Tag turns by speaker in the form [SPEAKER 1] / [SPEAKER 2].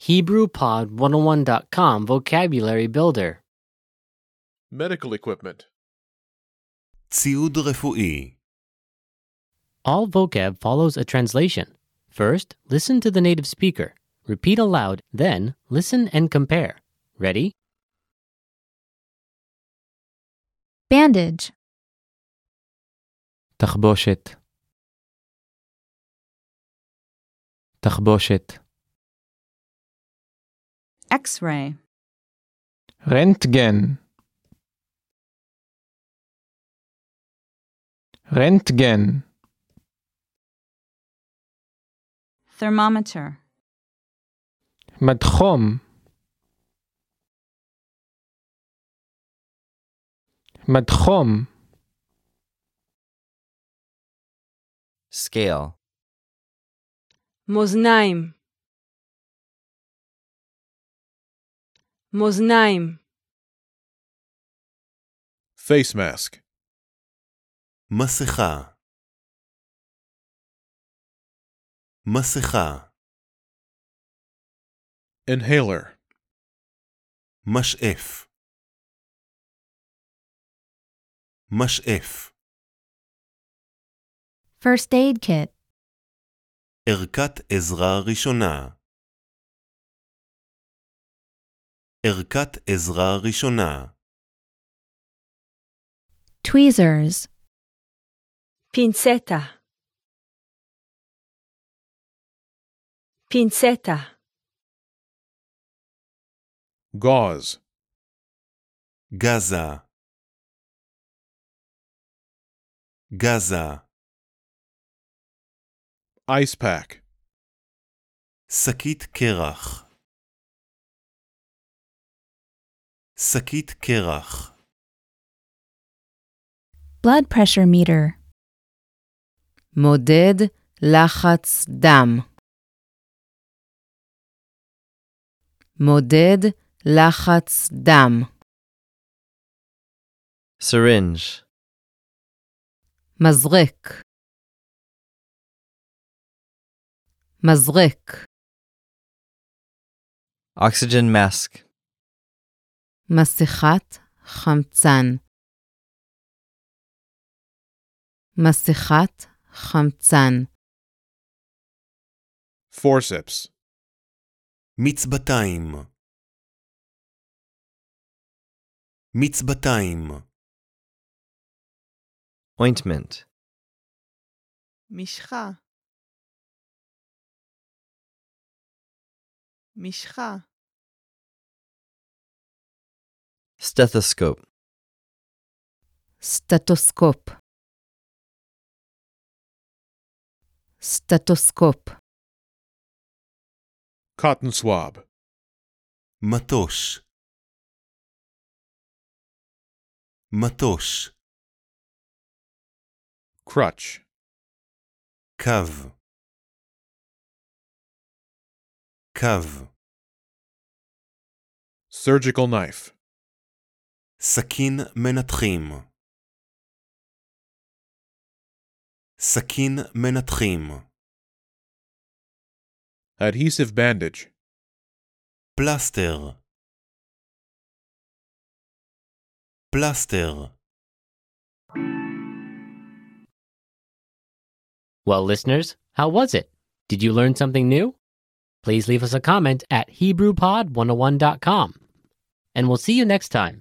[SPEAKER 1] HebrewPod101.com Vocabulary Builder.
[SPEAKER 2] Medical equipment.
[SPEAKER 3] ציוד רפואי,
[SPEAKER 1] All vocab follows a translation. First, listen to the native speaker. Repeat aloud, then, listen and compare. Ready?
[SPEAKER 4] Bandage.
[SPEAKER 5] תחבושת תחבושת
[SPEAKER 4] X ray.
[SPEAKER 5] רנטגן רנטגן
[SPEAKER 4] Thermometer.
[SPEAKER 5] מדחום מדחום
[SPEAKER 6] scale,
[SPEAKER 7] מאזניים מאזניים
[SPEAKER 2] Face mask.
[SPEAKER 3] מסכה. מסכה,
[SPEAKER 2] Inhaler.
[SPEAKER 3] משאף. משאף,
[SPEAKER 4] First aid kit.
[SPEAKER 3] ערכת עזרה ראשונה. ערכת עזרה ראשונה,
[SPEAKER 4] Tweezers.
[SPEAKER 7] פינצטה פינצטה
[SPEAKER 2] Gauze.
[SPEAKER 3] גזה. גזה,
[SPEAKER 2] Ice pack.
[SPEAKER 3] שקית קרח. שקית קרח,
[SPEAKER 4] Blood pressure meter.
[SPEAKER 8] מודד לחץ דם. מודד לחץ דם.
[SPEAKER 6] syringe,
[SPEAKER 8] מזרק. מזרק.
[SPEAKER 6] oxygen mask,
[SPEAKER 8] מסכת חמצן. מסכת חמצן.
[SPEAKER 2] Forceps.
[SPEAKER 3] מצבתיים. מצבתיים,
[SPEAKER 6] ointment,
[SPEAKER 9] משחה משחה
[SPEAKER 6] stethoscope,
[SPEAKER 8] סטטוסקופ. סטטוסקופ.
[SPEAKER 2] Cotton swab.
[SPEAKER 3] מטוש. מטוש,
[SPEAKER 2] Crutch.
[SPEAKER 3] קו. קו,
[SPEAKER 2] Surgical knife.
[SPEAKER 3] סכין מנתחים. סכין מנתחים,
[SPEAKER 2] Adhesive bandage.
[SPEAKER 3] פלסטר. פלסטר,
[SPEAKER 1] Well, listeners, how was it? Did you learn something new? oh Please leave us a comment at HebrewPod101.com. And we'll see you next time.